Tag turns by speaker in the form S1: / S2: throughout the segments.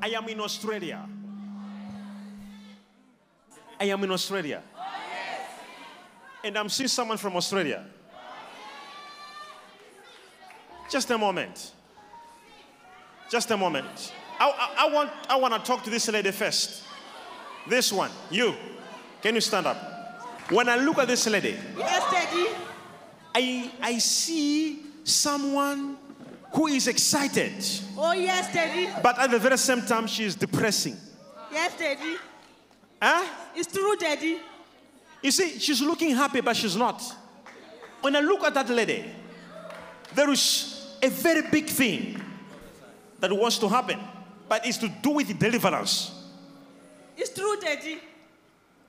S1: I am in Australia. I am in Australia. And I'm seeing someone from Australia. Just a moment. Just a moment. I, I, I want, I want to talk to this lady first. This one, you. Can you stand up? When I look at this lady,
S2: Yes, Daddy.
S1: I, I see someone who is excited,
S2: Oh, yes, Daddy.
S1: but at the very same time, she is depressing.
S2: Yes, Daddy.
S1: Huh?
S2: It's true, Daddy.
S1: You see, she's looking happy, but she's not. When I look at that lady, there is a very big thing that wants to happen, but it's to do with deliverance.
S2: It's true, Daddy.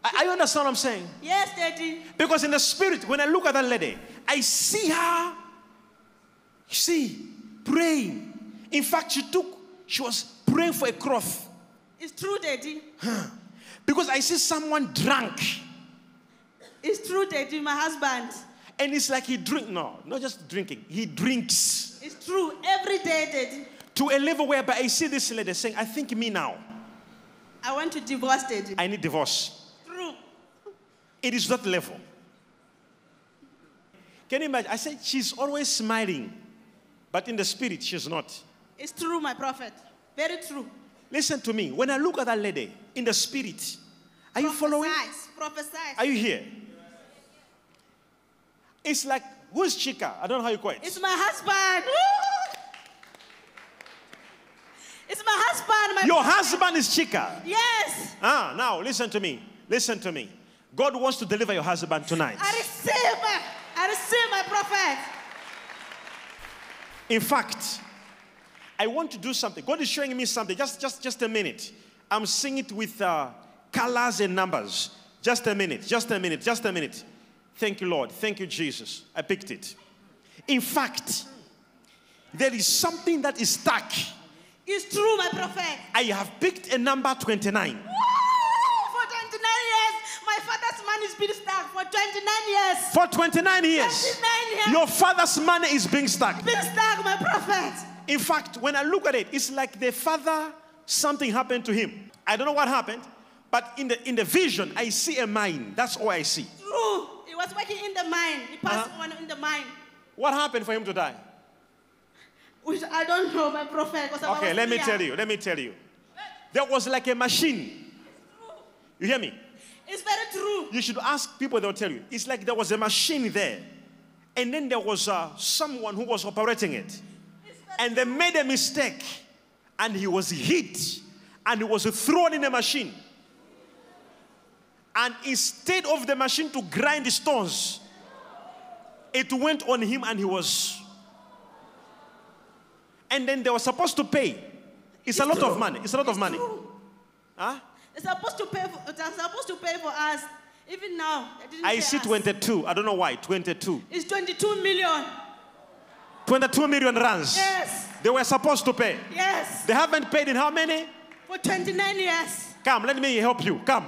S1: I, I understand what I'm saying.
S2: Yes, Daddy.
S1: Because in the spirit, when I look at that lady, I see her, you see, praying. In fact, she took, she was praying for a cloth.
S2: It's true, Daddy.
S1: Because I see someone drunk.
S2: It's true, Daddy. My husband.
S1: And it's like he drink. No, not just drinking. He drinks
S2: It's true. Every day, Daddy.
S1: to a level whereby I see this lady saying, I think me now.
S2: I want to divorce, Daddy.
S1: I need divorce.
S2: True.
S1: It is that level. Can you imagine? I said she's always smiling, but in the spirit, she's not.
S2: It's true, my prophet. Very true.
S1: Listen to me. When I look at that lady in the spirit, are you following?
S2: Prophesize. Prophesize.
S1: Are you here? It's like, who's Chica? I don't know how you call it.
S2: It's my husband. Woo! It's my husband. My
S1: Your
S2: prophet.
S1: husband is Chica.
S2: Yes.
S1: Ah, now listen to me. Listen to me. God wants to deliver your husband tonight.
S2: I receive. I receive, my prophet.
S1: In fact, I want to do something. God is showing me something. Just, just, just a minute. I'm seeing it with uh, colors and numbers. Just a minute. Just a minute. Just a minute. Thank you, Lord. Thank you, Jesus. I picked it. In fact, there is something that is stuck.
S2: It's true, my prophet.
S1: I have picked a number 29.
S2: Woo! For 29 years, my father's money has been stuck for 29 years.
S1: For 29 years,
S2: 29 years.
S1: your father's money is being stuck.
S2: Been stuck, my prophet.
S1: In fact, when I look at it, it's like the father, something happened to him. I don't know what happened, but in the in the vision, I see a mine. That's all I see.
S2: True. He was working in the mine. He passed
S1: Uh-huh.
S2: on in the mine.
S1: What happened for him to die?
S2: Which I don't know, my prophet. 'cause I
S1: Okay,
S2: was
S1: let me
S2: here.
S1: tell you. Let me tell you. There was like a machine. You hear me?
S2: It's very true.
S1: You should ask people, they'll tell you. It's like there was a machine there, and then there was uh, someone who was operating it. And they made a mistake, and he was hit, and he was thrown in a machine. And instead of the machine to grind stones, it went on him, and he was. And then they were supposed to pay. It's, a lot of money. It's a lot of
S2: It's
S1: money.
S2: true.
S1: Huh?
S2: They're supposed to pay for, they're supposed to pay for us. Even now, they didn't
S1: I
S2: pay
S1: see
S2: us.
S1: 22. I don't know why. 22.
S2: It's 22 million.
S1: 22 million rands.
S2: Yes.
S1: They were supposed to pay.
S2: Yes.
S1: They haven't paid in how many?
S2: For 29 years.
S1: Come, let me help you. Come.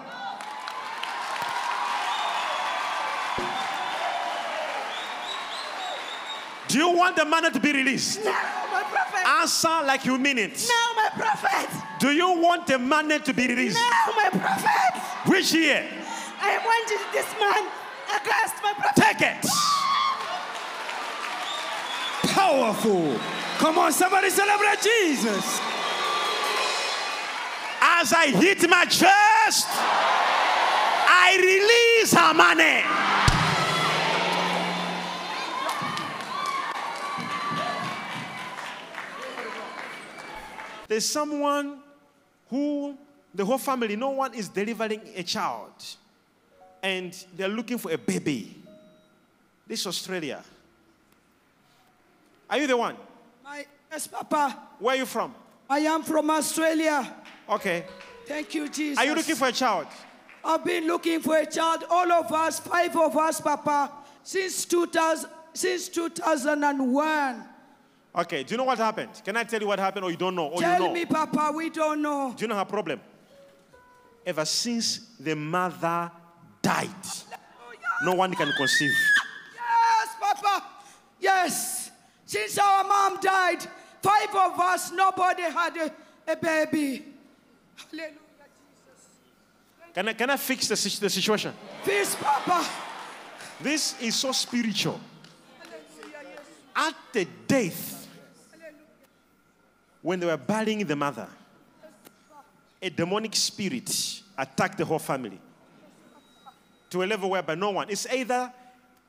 S1: Do you want the money to be released?
S2: Now, my prophet.
S1: Ah. Answer like you mean it.
S2: Now, my prophet.
S1: Do you want the money to be released?
S2: Now, my prophet.
S1: Which year?
S2: I wanted this man. August, my prophet.
S1: Take it.
S3: Powerful. Come on, somebody celebrate Jesus.
S1: As I hit my chest, I release her money. There's someone who the whole family, no one is delivering a child, and they're looking for a baby. This is Australia. Are you the one?
S3: My, yes, Papa.
S1: Where are you from?
S3: I am from Australia.
S1: Okay.
S3: Thank you, Jesus.
S1: Are you looking for a child?
S3: I've been looking for a child, all of us, five of us, Papa, since 2000, since 2001.
S1: Okay, do you know what happened? Can I tell you what happened or you don't know? Or
S3: Tell
S1: Oh, you know?
S3: me, Papa, we don't know.
S1: Do you know her problem? Ever since the mother died, no one can conceive.
S3: Yes, Papa. Yes. Since our mom died, five of us, nobody had a, a baby. Hallelujah.
S1: Can I, can I fix the, si- the situation?
S3: Peace, Papa.
S1: This is so spiritual.
S3: Hallelujah, yes.
S1: At the death, when they were burying the mother, a demonic spirit attacked the whole family to a level whereby no one, it's either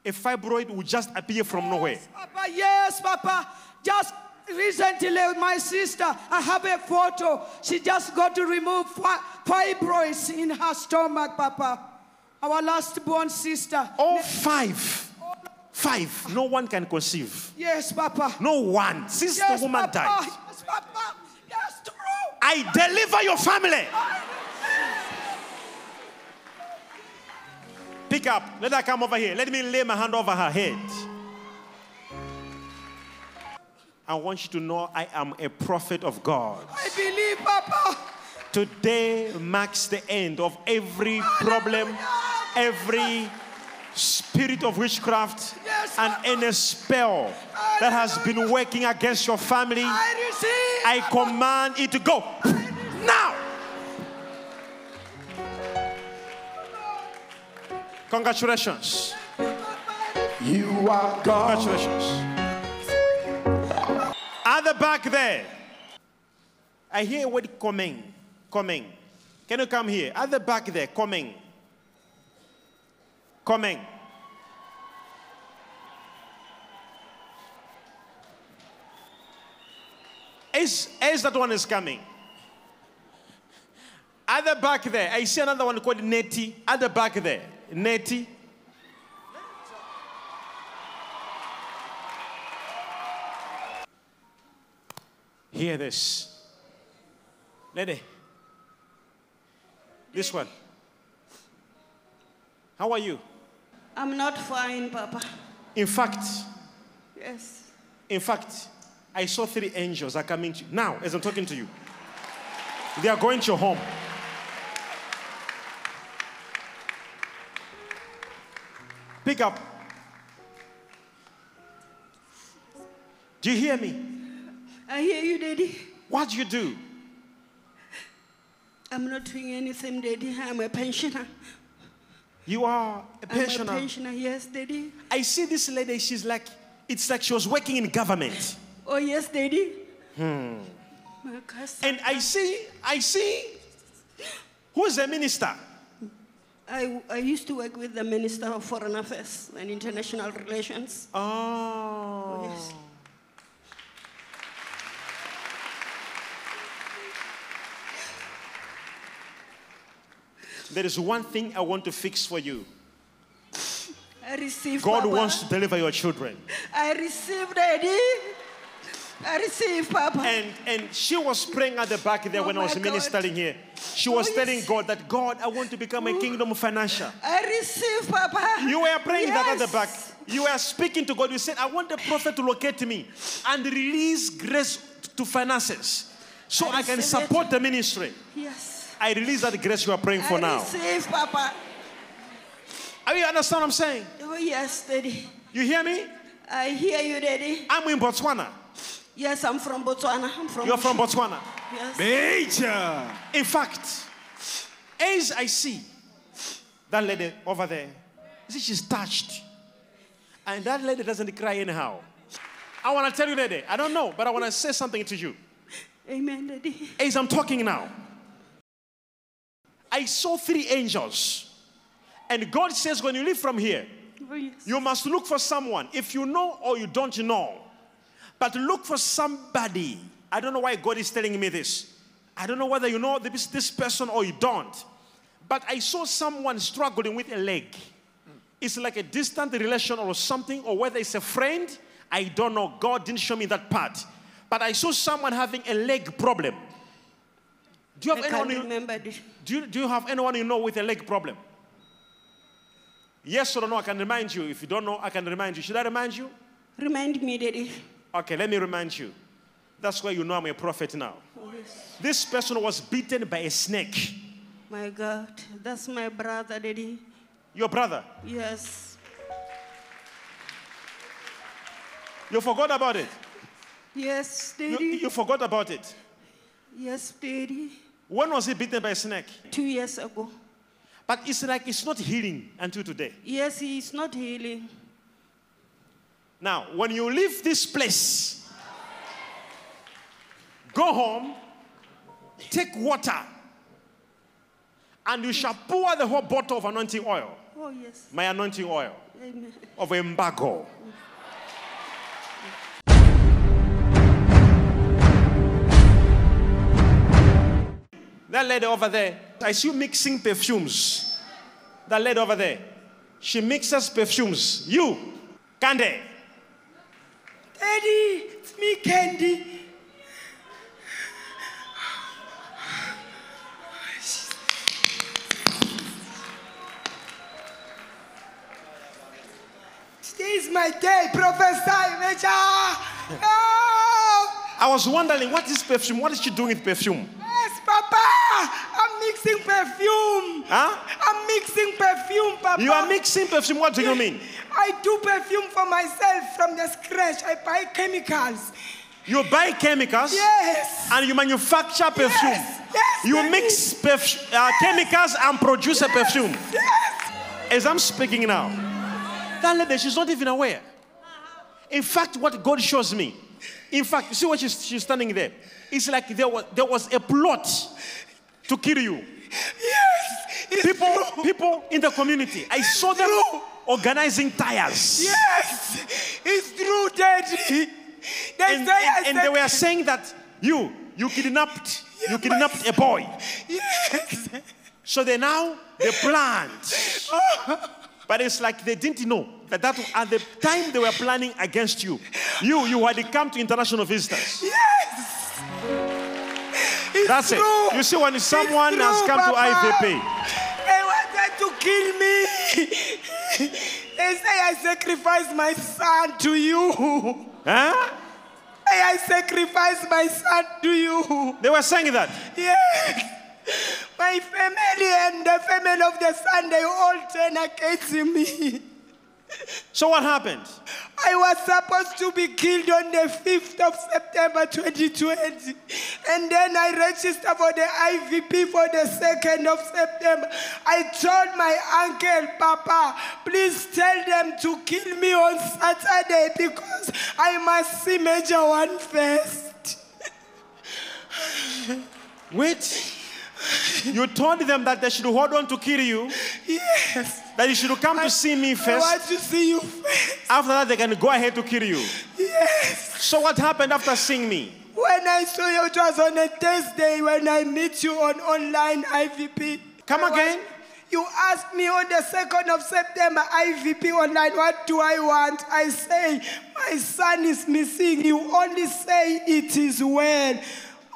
S1: a fibroid will just appear from nowhere.
S3: Papa, yes, Papa. Just recently, my sister, I have a photo. She just got to remove fi- fibroids in her stomach, Papa. Our last born sister.
S1: All five, five, no one can conceive.
S3: Yes, Papa.
S1: No one, since
S3: yes,
S1: the woman
S3: Papa.
S1: died.
S3: Yes, Papa. Yes, true.
S1: I deliver your family. Pick up. Let her come over here. Let me lay my hand over her head. I want you to know I am a prophet of God.
S3: I believe, Papa.
S1: Today marks the end of every problem, every spirit of witchcraft,
S3: Yes,
S1: and
S3: Papa.
S1: any spell that has been working against your family.
S3: I receive.
S1: I command it to go now. Congratulations.
S4: You are God.
S1: Congratulations. At the back there, I hear a word coming. Coming. Can you come here? At the back there, coming. Coming. As, as that one is coming. At the back there, I see another one called Nettie. At the back there, Nettie. Hear this. Lady. This one. How are you?
S2: I'm not fine, Papa.
S1: In fact,
S2: Yes.
S1: in fact, I saw three angels are coming to you. Now, as I'm talking to you, they are going to your home. Pick up. Do you hear me?
S2: I hear you, Daddy.
S1: What do you do?
S2: I'm not doing anything, Daddy. I'm a pensioner.
S1: You are a
S2: I'm a
S1: pensioner.
S2: pensioner, yes, Daddy.
S1: I see this lady, she's like, it's like she was working in government.
S2: Oh, yes, Daddy. Hmm. My cousin.
S1: And I see, I see, who's the minister?
S2: I, I used to work with the Minister of Foreign Affairs and International Relations.
S1: Oh.
S2: Yes.
S1: There is one thing I want to fix for you.
S2: I received.
S1: God
S2: Papa.
S1: wants to deliver your children.
S2: I received, Daddy. I received, Papa.
S1: And, and she was praying at the back there
S2: Oh
S1: when I was
S2: my God.
S1: ministering here. She was
S2: Oh, yes.
S1: telling God that, God, I want to become a kingdom financial.
S2: I received, Papa.
S1: You were praying that at the back.
S2: Yes.
S1: You were speaking to God. You said, I want the prophet to locate me and release grace to finances so
S2: I
S1: I, can
S2: receive it.
S1: support the ministry.
S2: Yes.
S1: I release that grace you are praying for
S2: I
S1: now.
S2: received, Papa.
S1: Are you understand what I'm saying?
S2: Oh, yes, Daddy.
S1: You hear me?
S2: I hear you, Daddy.
S1: I'm in Botswana.
S2: Yes, I'm from Botswana. I'm from
S1: You're from Botswana.
S2: Yes.
S4: Major.
S1: In fact, as I see that lady over there, you see she's touched. And that lady doesn't cry anyhow. I want to tell you, lady, I don't know, but I want to say something to you.
S2: Amen, Daddy.
S1: As I'm talking now, I saw three angels. And God says, when you leave from here,
S2: Oh, yes.
S1: you must look for someone. If you know or you don't know, but look for somebody. I don't know why God is telling me this. I don't know whether you know this, this person or you don't. But I saw someone struggling with a leg. It's like a distant relation or something, or whether it's a friend. I don't know. God didn't show me that part. But I saw someone having a leg problem. Do you
S2: I
S1: have
S2: can't
S1: anyone? you-
S2: remember, Daddy.
S1: do you, do you have anyone you know with a leg problem? Yes or no, I can remind you. If you don't know, I can remind you. Should I remind you?
S2: Remind me, Daddy.
S1: Okay, let me remind you. That's why you know I'm a prophet now.
S2: Oh, yes.
S1: This person was bitten by a snake.
S2: My God. That's my brother, Daddy.
S1: Your brother.
S2: Yes.
S1: You forgot about it.
S2: Yes,
S1: You,
S2: Daddy.
S1: you forgot about it.
S2: Yes, Daddy.
S1: When was he bitten by a snake?
S2: two years ago.
S1: But it's like it's not healing until today.
S2: Yes, he is not healing.
S1: Now, when you leave this place, go home, take water, and you shall pour the whole bottle of anointing oil,
S2: Oh, yes.
S1: my anointing oil
S2: Amen.
S1: of embargo. That lady over there, I see you mixing perfumes. That lady over there, she mixes perfumes. You, Kande,
S3: Daddy, it's me, Candy. Today is my day, prophesy, Major. Oh,
S1: I was wondering what is perfume? What is she doing with perfume?
S3: yes, Papa. I'm mixing perfume.
S1: Huh?
S3: I'm mixing perfume, Papa.
S1: You are mixing perfume. What do you mean?
S3: I do perfume for myself from the scratch. I buy chemicals.
S1: You buy chemicals
S3: Yes.
S1: and you manufacture perfume.
S3: Yes, yes,
S1: you
S3: baby.
S1: mix perf- uh, chemicals and produce a perfume.
S3: Yes.
S1: As I'm speaking now, that lady, she's not even aware. In fact, what God shows me, in fact, you see what she's, she's standing there? It's like there was, there was a plot to kill you.
S3: Yes. It's
S1: People,
S3: true.
S1: people in the community, I saw them
S3: True.
S1: organizing tires.
S3: Yes. It's true, Daddy. They
S1: and,
S3: say I
S1: and, and they
S3: said-
S1: were saying that you you kidnapped you
S3: my
S1: kidnapped a boy
S3: Yes.
S1: so they now they planned
S3: Oh.
S1: but it's like they didn't know that that at the time they were planning against you you you had come to international visitors
S3: Yes. It's
S1: that's it
S3: true.
S1: you see when someone
S3: It's
S1: has
S3: true,
S1: come to
S3: Papa.
S1: ivp
S3: They wanted to kill me. they say I sacrificed my son to you.
S1: huh?
S3: Say I sacrificed my son to you.
S1: they were saying that
S3: Yes. My family and the family of the son, they all turn against me.
S1: so what happened
S3: I was supposed to be killed on the 5th of September 2020. And then I registered for the IVP for the 2nd of September. I told my uncle, Papa, please tell them to kill me on Saturday because I must see Major One first.
S1: wait you told them that they should hold on to kill you
S3: Yes.
S1: that you should come to see me
S3: I
S1: first
S3: want to see you first.
S1: after that they can go ahead to kill you
S3: Yes.
S1: so what happened after seeing me
S3: When I saw you, it was on a Thursday when I meet you on online IVP.
S1: Come
S3: I was-
S1: again?
S3: You asked me on the 2nd of September, IVP online, what do I want? I say, my son is missing. You only say it is well.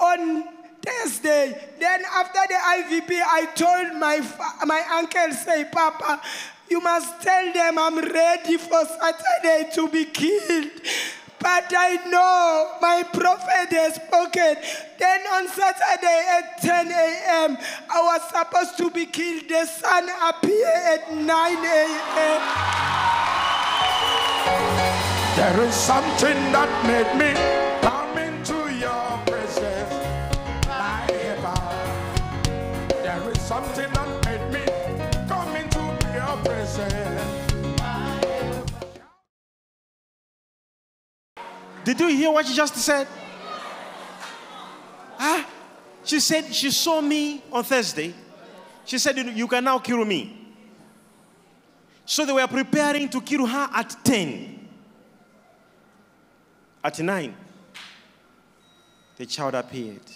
S3: On Thursday, then after the IVP, I told my, fa- my uncle, say, Papa, you must tell them I'm ready for Saturday to be killed. But I know my prophet has spoken. Then on Saturday at 10 a.m., I was supposed to be killed. The sun appeared at 9 a.m.
S4: There is something that made me come into your presence. My God. There is something that made me come into your presence.
S1: Did you hear what she just said? Huh? She said she saw me on Thursday. She said, "You- You can now kill me. So they were preparing to kill her at 10. At 9, the child appeared.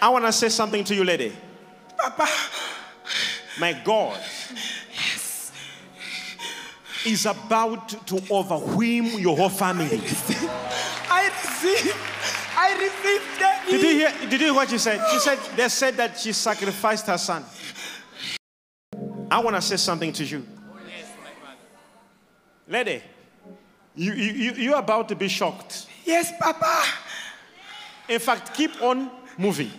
S1: I want to say something to you, lady. Papa. My God is about to overwhelm your whole family.
S3: I received, I received that.
S1: Did you hear? Did you hear what she said? She said they said that she sacrificed her son. I want to say something to you, lady. You you you you're about to be shocked.
S3: e-, Yes, Papa.
S1: In fact, keep on moving.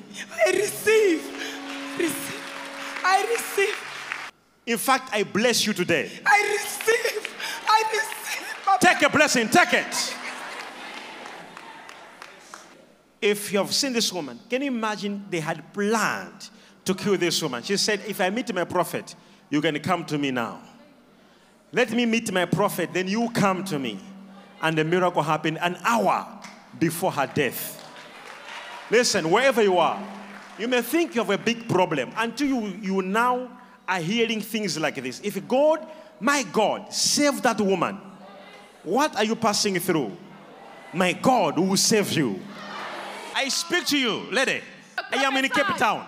S3: I receive. receive. I receive.
S1: In fact, I bless you today.
S3: I receive. I receive, Papa.
S1: Take a blessing. Take it. If you have seen this woman, can you imagine they had planned to kill this woman? She said, If I meet my prophet, you can come to me now. Let me meet my prophet, then you come to me. And the miracle happened an hour before her death. Listen, wherever you are, you may think you have a big problem until you, you now are hearing things like this. If God, my God, save that woman, what are you passing through? My God who will save you. I speak to you, lady. I am in Cape Town.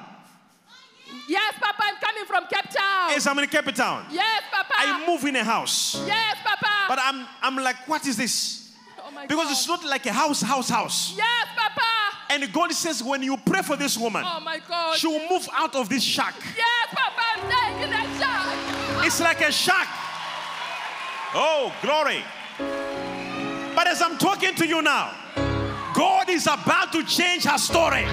S5: Yes, Papa, I'm coming from Cape Town.
S1: Yes, I'm in Cape Town.
S5: yes, Papa.
S1: I move in a house.
S5: yes, Papa.
S1: But I'm, I'm like, what is this?
S5: oh my
S1: Because
S5: God.
S1: it's not like a house, house, house.
S5: Yes, Papa.
S1: And God says, when you pray for this woman,
S5: Oh my God.
S1: she will move out of this shack.
S5: yes, Papa, I'm taking a shot.
S1: It's like a shack. Oh, glory. But as I'm talking to you now, God is about to change her story.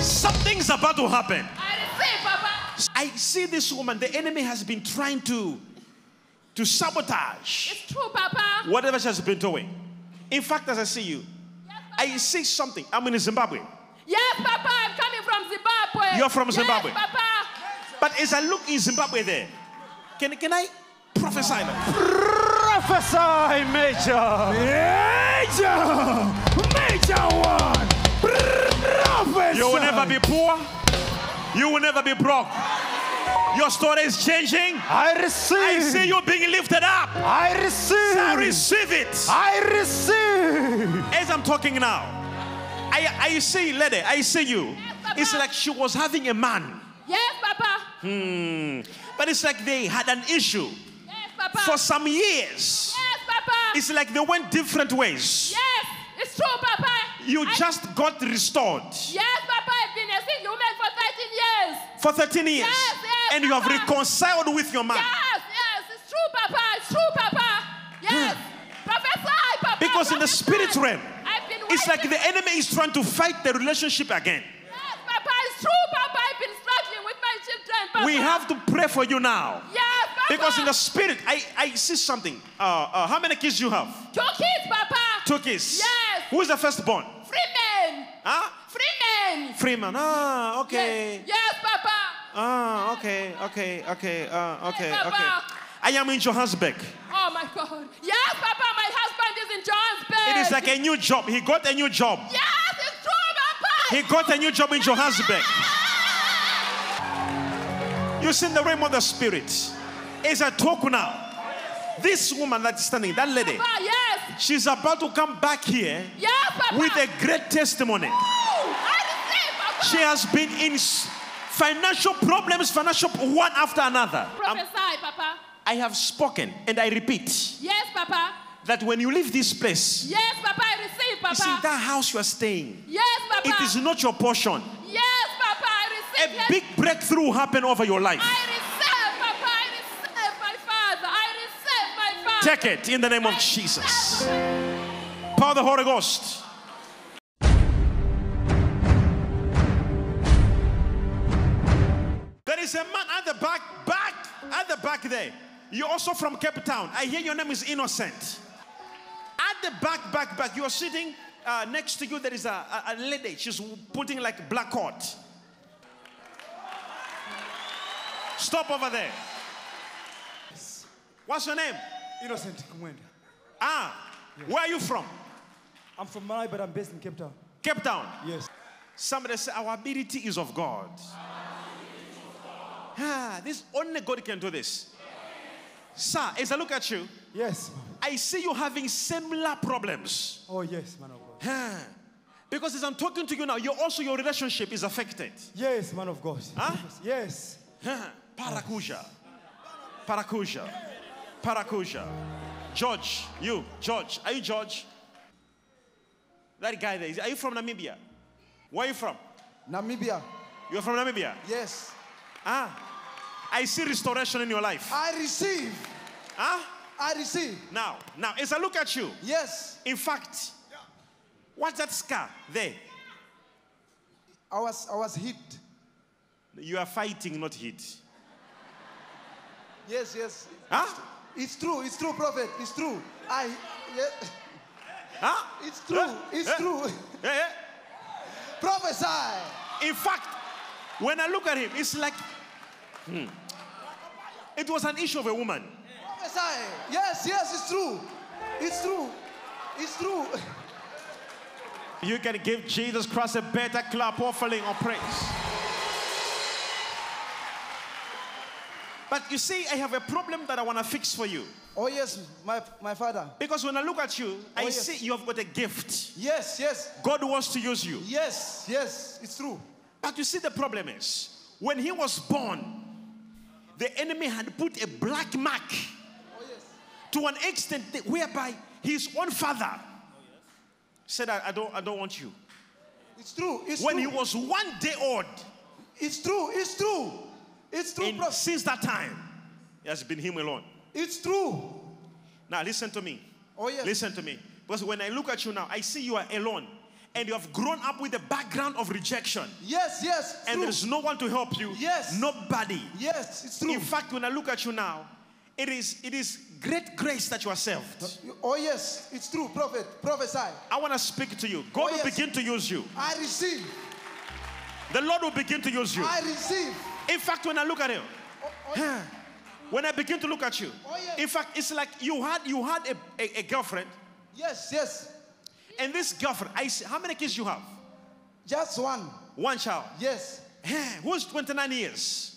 S1: Something's about to happen. I see this woman, the enemy has been trying to, to sabotage whatever she has been doing. In fact, as I see you, I see something. I'm in Zimbabwe.
S5: Yes, Papa, I'm coming from Zimbabwe.
S1: You're from Zimbabwe.
S5: Yes, Papa.
S1: But as I look in Zimbabwe there, can, can I prophesy now?
S6: Prophesy, Major.
S4: Major, major one. Prophet.
S1: You will never be poor. You will never be broke. Your story is changing.
S6: I receive.
S1: I see you being lifted up.
S6: I receive.
S1: I receive it.
S6: I receive.
S1: As I'm talking now, I, I see, lady, I see you.
S5: Papa.
S1: It's like she was having a man,
S5: Yes, Papa.
S1: Hmm? but it's like they had an issue
S5: Yes, Papa.
S1: for some years.
S5: yes, Papa.
S1: It's like they went different ways.
S5: yes, it's true, Papa.
S1: You
S5: I-
S1: just got restored.
S5: Yes, Papa, I've been a single woman for 13 years.
S1: for 13 years
S5: Yes, yes,
S1: and you have
S5: Papa.
S1: reconciled with your man
S5: Yes, yes, it's true, Papa. It's true, Papa. Yes. Prophesy, Papa.
S1: Hmm. because in the
S5: prophesy.
S1: spirit realm
S5: I've been
S1: it's like
S5: waiting.
S1: the enemy is trying to fight the relationship again
S5: Yes, Papa, it's true, Papa. I've been struggling with my children, Papa.
S1: we have to pray for you now
S5: Yes, Papa.
S1: because in the spirit i, I see something uh, uh, how many kids you have
S5: Two kids, Papa.
S1: two kids
S5: Yes.
S1: who is the firstborn
S5: Free men.
S1: huh
S5: Free men.
S1: freeman ah okay
S5: Yes, yes, Papa.
S1: ah okay okay okay uh, okay
S5: Yes,
S1: okay
S5: Papa.
S1: i am in johannesburg
S5: Oh, my God. Yes, Papa, my husband is in John's bed.
S1: it is like a new job he got a new job
S5: Yes, it's true, Papa.
S1: He got a new job in Johannesburg. You see, in the realm of the spirit is a talk now. This woman that's standing, that lady,
S5: Papa, yes.
S1: she's about to come back here
S5: Yes, Papa.
S1: with a great testimony.
S5: I receive, Papa.
S1: She has been in s- financial problems, financial one after another. I'm-
S5: Prophesy, Papa.
S1: I have spoken and I repeat
S5: Yes, Papa.
S1: that when you leave this place,
S5: Yes, Papa, I receive, Papa.
S1: you see, that house you are staying,
S5: yes, Papa.
S1: it is not your portion.
S5: yes, Papa, I receive.
S1: A
S5: yes.
S1: big breakthrough happened over your life.
S5: I receive, Papa. I receive my Father. I receive my Father.
S1: Take it in the name of
S5: I receive
S1: Jesus.
S5: my-
S1: Power of the Holy Ghost. There is a man at the back, back, at the back there. You're also from Cape Town. I hear your name is Innocent. At the back, back, back, you're sitting uh, next to you. There is a, a, a lady. She's putting like black coat. Stop over there. What's your name?
S6: Innocent Kumwenda.
S1: Ah, where are you from?
S6: I'm from Malay, but I'm based in Cape Town.
S1: Cape Town.
S6: Yes.
S1: Somebody say, Our ability is of God. Ah, this only God can do this. Sir, as I look at you,
S6: Yes.
S1: I see you having similar problems.
S6: Oh, yes, man of God.
S1: Ah, because as I'm talking to you now, you also your relationship is affected.
S6: Yes, man of God.
S1: Huh?
S6: Yes.
S1: Ah, Paracuja. Paracuja. Paracuja. George, you, George. Are you George? That guy there, is- are you from Namibia? Where are you from?
S7: Namibia,
S1: You're from Namibia?
S7: yes.
S1: Ah, I see restoration in your life.
S7: I receive,
S1: Ah,
S7: I receive,
S1: now, now, as I look at you,
S7: yes.
S1: in fact, what's that scar there?
S7: I was, I was hit.
S1: You are fighting, not hit.
S7: Yes, yes.
S1: Huh?
S7: It's true. It's true, prophet. It's true. I. Yeah,
S1: Huh?
S7: it's true. It's true.
S1: Yeah, yeah.
S7: Prophesy.
S1: In fact, when I look at him, it's like hmm. it was an issue of a woman.
S7: Prophesy. Yes, yes, it's true. It's true. It's true.
S1: You can give Jesus Christ a better clap offering or praise. But you see, I have a problem that I want to fix for you.
S7: Oh yes, my my father.
S1: Because when I look at you, I
S7: Oh, yes.
S1: see you have got a gift.
S7: Yes, yes,
S1: God wants to use you.
S7: yes, yes. It's true.
S1: But you see, the problem is when he was born, the enemy had put a black mark to an extent that- whereby his own father said, I, I don't, I don't want you.
S7: It's true. It's
S1: when
S7: true.
S1: he was one day old,
S7: It's true. It's true. It's true,
S1: and
S7: prophet.
S1: since that time, it has been him alone.
S7: It's true.
S1: Now, listen to me.
S7: Oh yes.
S1: Listen to me. Because when I look at you now, I see you are alone. And you have grown up with the background of rejection.
S7: Yes, yes. it's
S1: And
S7: true.
S1: there's no one to help you.
S7: Yes.
S1: Nobody.
S7: Yes, it's true.
S1: In fact, when I look at you now, it is it is great grace that you are saved.
S7: You- oh yes, it's true, prophet. Prophesy.
S1: I want to speak to you. God
S7: Oh, yes.
S1: will begin to use you.
S7: I receive.
S1: The Lord will begin to use you.
S7: I receive.
S1: in fact, when I look at you,
S7: Oh, oh, yes.
S1: when I begin to look at you,
S7: Oh, yes.
S1: in fact, it's like you had you had a, a, a girlfriend,
S7: yes, yes.
S1: and this girlfriend, I see, how many kids you have?
S7: Just one.
S1: One child.
S7: Yes.
S1: Eh, Who's 29 years?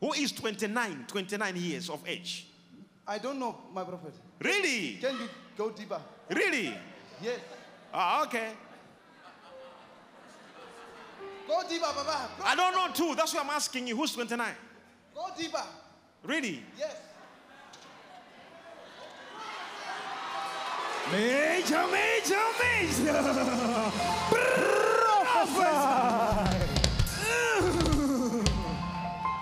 S1: Who is 29, 29 years of age?
S7: I don't know, my prophet.
S1: Really?
S7: Can you go deeper?
S1: Really?
S7: Yes.
S1: Ah, okay.
S7: Go deeper, Baba.
S1: I don't know too. That's why I'm asking you. Who's 29?
S7: Go deeper.
S1: Really?
S7: Yes.
S6: Major, major, major. Prophesy.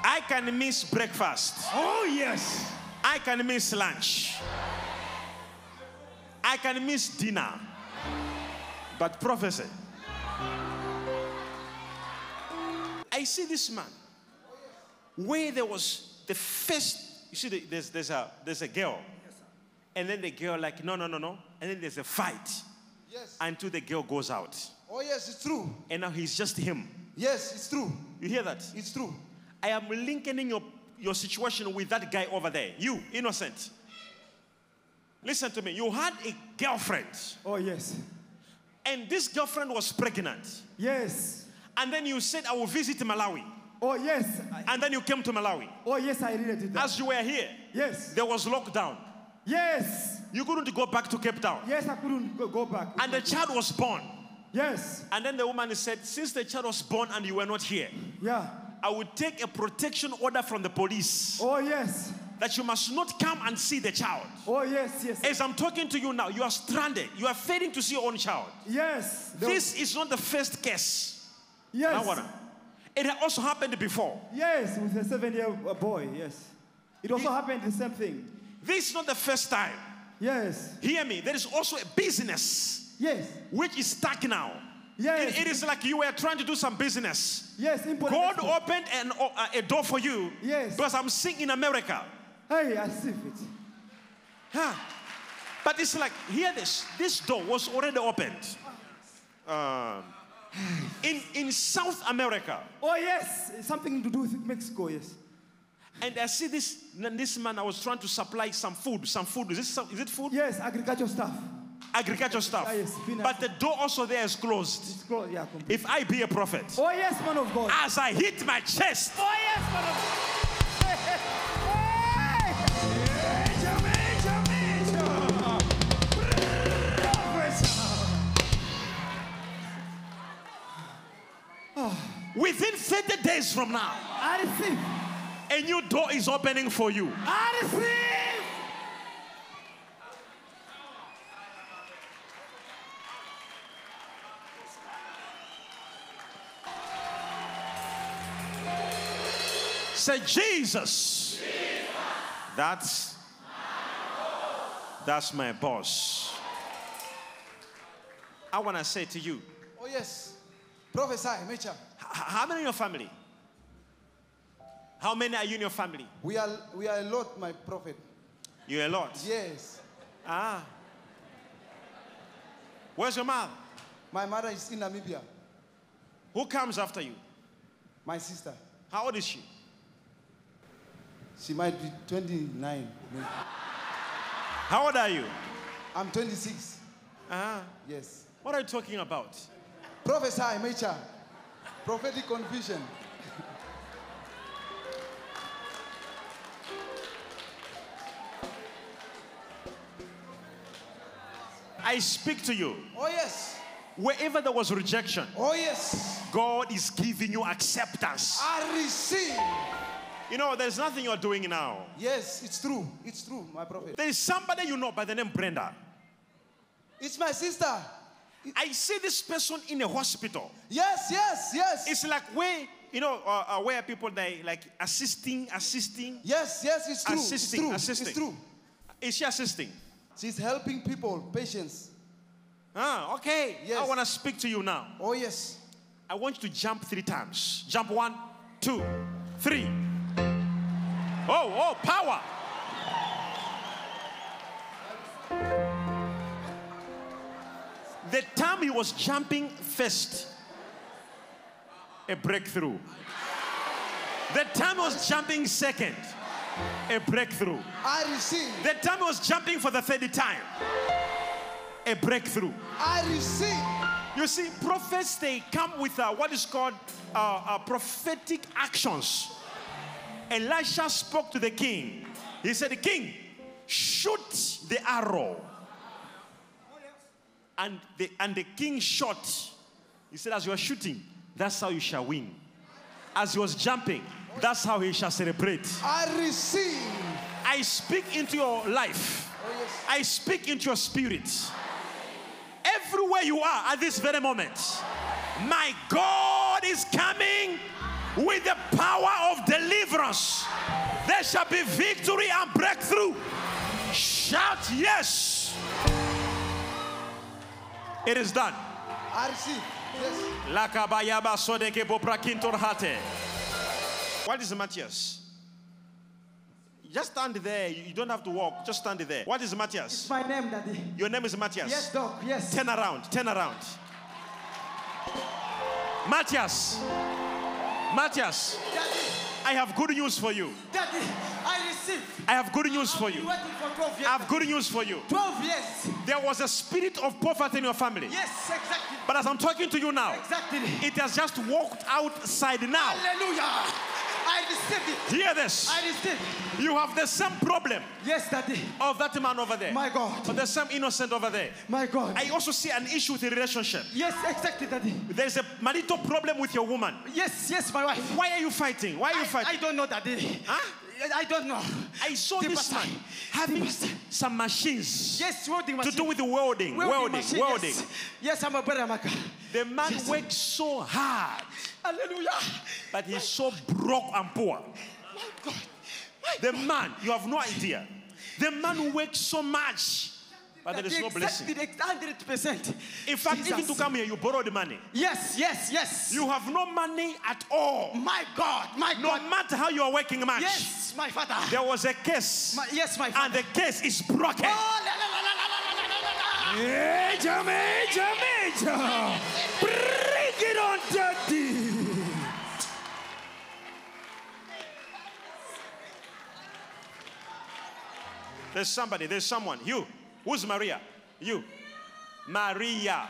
S1: I can miss breakfast.
S6: Oh, yes.
S1: I can miss lunch. I can miss dinner. But prophecy. I see this man where there was the first. You see, the- there's, there's, a, there's a girl. And then the girl, like, no, no, no, no. And then there's a fight
S7: Yes.
S1: until the girl goes out.
S7: Oh yes, it's true.
S1: And now he's just him.
S7: Yes, it's true.
S1: You hear that?
S7: It's true.
S1: I am linking your, your situation with that guy over there. You, innocent. Listen to me. You had a girlfriend,
S6: Oh, yes.
S1: and this girlfriend was pregnant.
S6: Yes.
S1: And then you said, I will visit Malawi.
S6: Oh, yes. I-
S1: And then you came to Malawi.
S6: Oh, yes, I really did that.
S1: As you were here,
S6: yes.
S1: there was lockdown.
S6: Yes.
S1: You couldn't go back to Cape Town.
S6: Yes, I couldn't go, go back.
S1: And the child was born.
S6: yes.
S1: And then the woman said, Since the child was born and you were not here,
S6: Yeah.
S1: I will take a protection order from the police
S6: Oh, yes.
S1: that you must not come and see the child.
S6: Oh, yes, yes.
S1: As I'm talking to you now, you are stranded. You are failing to see your own child.
S6: yes. The-
S1: This is not the first case.
S6: yes.
S1: Nawara. It had also happened before.
S6: Yes, with a seven year boy, yes. It also
S1: Ye-
S6: happened the same thing.
S1: This is not the first time.
S6: Yes.
S1: Hear me. There is also a business
S6: Yes.
S1: which is stuck now.
S6: Yes.
S1: It- it is like you were trying to do some business.
S6: Yes, import. and
S1: God
S6: export.
S1: opened an, o- uh, a door for you.
S6: Yes.
S1: Because I'm seeing in America.
S6: Hey, I see it.
S1: Huh. But it's like, hear this. This door was already opened.
S6: Ah.
S1: Um, in, in South America.
S6: Oh, yes. It's something to do with Mexico, yes.
S1: And I see this, this man, I was trying to supply some food, some food. Is, this some, is it food?
S6: Yes, agricultural stuff.
S1: Agriculture stuff.
S6: Ah, yes, spinach.
S1: But the door also there is closed.
S6: It's close, yeah, complete.
S1: If I be a prophet,
S6: Oh, yes, man of God.
S1: as I hit my chest,
S6: Oh, yes, man of God. Major, major, major. Professor.
S1: within 30 days from now,
S6: I receive.
S1: a new door is opening for you.
S6: I receive.
S1: Say, Jesus. That's that's my boss. I want to say to you,
S7: Oh yes. Prophesy, Major.
S1: h- how many in your family? How many are you in your family?
S7: We are we are a lot, my prophet.
S1: You a lot.
S7: Yes.
S1: Ah. Where's your mom?
S7: My mother is in Namibia.
S1: Who comes after you?
S7: My sister.
S1: How old is she?
S7: She might be 29. maybe.
S1: How old are you?
S7: I'm 26.
S1: Ah.
S7: Yes.
S1: What are you talking about?
S7: Prophesy, Mecha. Prophetic confusion.
S1: I speak to you.
S7: Oh, yes.
S1: Wherever there was rejection,
S7: Oh, yes.
S1: God is giving you acceptance.
S7: I receive.
S1: Ah. You know, there's nothing you're doing now.
S7: Yes, it's true. It's true, my prophet.
S1: There is somebody you know by the name Brenda.
S7: It's my sister.
S1: I see this person in a hospital.
S7: Yes, yes, yes.
S1: It's like where, you know, uh, uh, where people they like assisting, assisting.
S7: yes, yes, it's true.
S1: Assisting,
S7: it's true.
S1: assisting.
S7: It's true.
S1: Is she assisting?
S7: She's helping people, patients.
S1: Ah, okay.
S7: Yes.
S1: I want to speak to you now.
S7: Oh, yes.
S1: I want you to jump three times. Jump one, two, three. Oh, oh, power. The time he was jumping first, a breakthrough. The time he was jumping second, a breakthrough.
S7: I receive.
S1: The time he was jumping for the third time, a breakthrough.
S7: I receive.
S1: You see, prophets, they come with uh, what is called uh, uh, prophetic actions. Elisha spoke to the king. He said, King, shoot the arrow. And the, and the king shot. He said, As you are shooting, that's how you shall win. As he was jumping, that's how he shall celebrate.
S7: I receive.
S1: I speak into your life.
S7: Oh, yes.
S1: I speak into your spirit. Everywhere you are at this very moment, my God is coming with the power of deliverance. There shall be victory and breakthrough. Shout yes. It is done.
S7: I receive. Yes.
S1: Lakabayaba sodeke boprakintor hate. What is Matthias? Just stand there. You you don't have to walk. Just stand there. What is Matthias?
S3: My name, Daddy.
S1: Your name is Matthias.
S3: Yes, Doc. Yes.
S1: Turn around. Turn around. Matthias. Matthias,
S3: Daddy,
S1: I have good news for you.
S3: Daddy, I receive.
S1: I have good news for you.
S3: Working for 12
S1: I have good news for you.
S3: 12 years.
S1: There was a spirit of poverty in your family.
S3: Yes, exactly.
S1: But as I'm talking to you now,
S3: Exactly.
S1: it has just walked outside now.
S3: Hallelujah. I received it.
S1: Hear this.
S3: I received it.
S1: You have the same problem
S3: Yes, Daddy.
S1: of that man over there.
S3: My God.
S1: Or the same innocent over there.
S3: My God.
S1: I also see an issue with the relationship.
S3: yes, exactly, Daddy.
S1: There's a marital problem with your woman.
S3: Yes, yes, my wife.
S1: Why are you fighting? Why are you
S3: I, I
S1: fighting?
S3: don't know, Daddy.
S1: Huh?
S3: I don't know.
S1: I, saw
S3: The
S1: this man
S3: pastor.
S1: having
S3: The pastor.
S1: some machines
S3: Yes, welding machine.
S1: to do with the welding. Welding,
S3: machine,
S1: welding.
S3: Yes. yes, I'm a brother, Maka.
S1: The man
S3: Yes.
S1: works so hard,
S3: Hallelujah.
S1: but he's so broke and poor.
S3: My God. My
S1: The man, you have no idea. The man works so much, but there is no blessing.
S3: Hundred percent.
S1: In fact, even to come here, you borrowed money.
S3: Yes, yes, yes.
S1: You have no money at all.
S3: my God, my
S1: No
S3: God.
S1: matter how you are working much,
S3: Yes, my father.
S1: there was a case,
S3: My, yes, my
S1: and
S3: father.
S1: the case is broken.
S3: Oh, la, la, la, la, la, la, la, la, la, la.
S4: Major, major, major. Bring it on, daddy.
S1: There's somebody, there's someone. You. Who's Maria? You. Maria.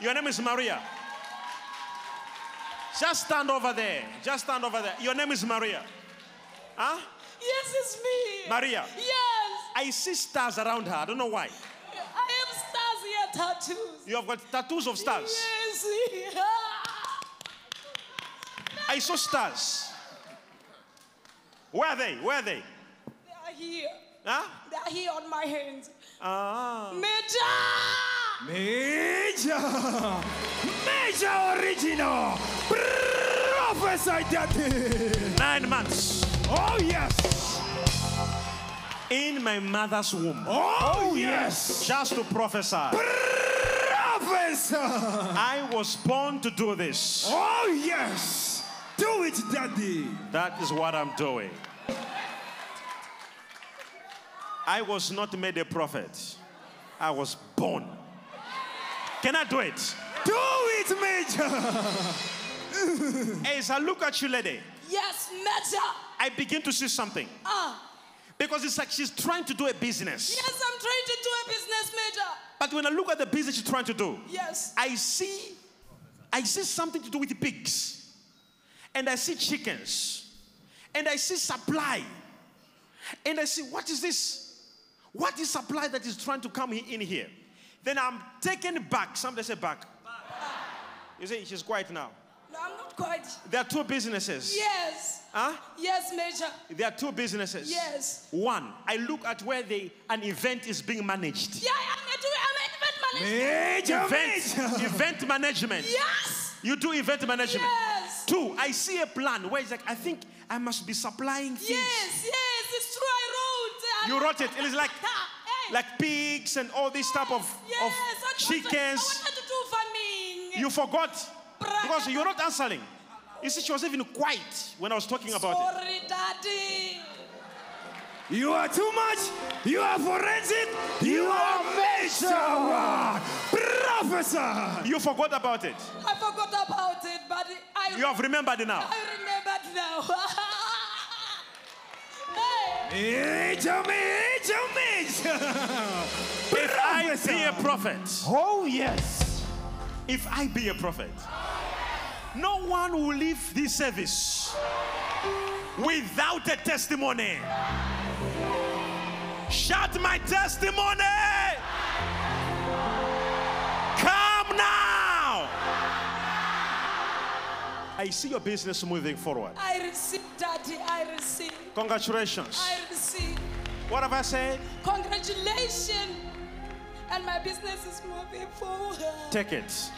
S1: Your name is Maria. Just stand over there. Just stand over there. Your name is Maria. Huh?
S5: Yes, it's me.
S1: Maria.
S5: Yes,
S1: I see stars around her. I don't know why.
S5: I am stars here tattoos.
S1: You have got tattoos of stars.
S5: Yes.
S1: I saw stars. Where are they? Where are they?
S5: they are here.
S1: Huh?
S5: They are here on my hands.
S1: Ah.
S5: Major!
S4: Major, major original. Prophesy, daddy.
S1: Nine months.
S4: Oh, yes.
S1: In my mother's womb.
S4: Oh, yes.
S1: Just to prophesy.
S4: Prophesy.
S1: I was born to do this.
S4: Oh, yes. Do it, daddy.
S1: That is what I'm doing. I was not made a prophet. I was born. Can I do it?
S3: Do it, Major.
S1: Hey, As I look at you, lady,
S8: Yes, Major.
S1: I begin to see something.
S8: Ah,
S1: Because it's like she's trying to do a business.
S8: yes, I'm trying to do a business, Major.
S1: But when I look at the business she's trying to do,
S8: Yes.
S1: I see I see something to do with pigs. And I see chickens. And I see supply. And I see what is this? What is supply that is trying to come he- in here? Then I'm taken back. Somebody say back. You see, she's quiet now.
S8: No, I'm not quite.
S1: There are two businesses.
S8: Yes.
S1: Huh?
S8: Yes, Major.
S1: There are two businesses.
S8: Yes.
S1: One, I look at where they, an event is being managed.
S8: Yeah, I'm a doing. I'm an event manager.
S3: Major,
S1: Event, event management.
S8: Yes.
S1: You do event management.
S8: Yes.
S1: Two, I see a plan where it's like, I think I must be supplying things.
S8: Yes. Yes. It's true. I wrote.
S1: You wrote it. It is like,
S8: Hey.
S1: like pigs and all this type of,
S8: yes.
S1: of
S8: I- I
S1: chickens.
S8: wanted to do farming.
S1: You forgot
S8: Bra-
S1: because you're not answering. You see, she was even quiet when I was talking about it.
S8: Sorry, Daddy.
S3: you are too much. You are forensic. You are Major. Professor.
S1: You forgot about it.
S8: I forgot about it, but I.
S1: You have remembered now.
S8: I remembered now. hey.
S3: Major, Major, Major.
S1: If I be a
S3: Professor.
S1: prophet,
S3: Oh, yes.
S1: if I be a prophet, no one will leave this service without a testimony. Shout my testimony! Come now! I see your business moving forward.
S8: I receive, Daddy. I receive.
S1: Congratulations.
S8: I receive.
S1: What have I said?
S8: Congratulations. And my business is moving forward.
S1: Take it.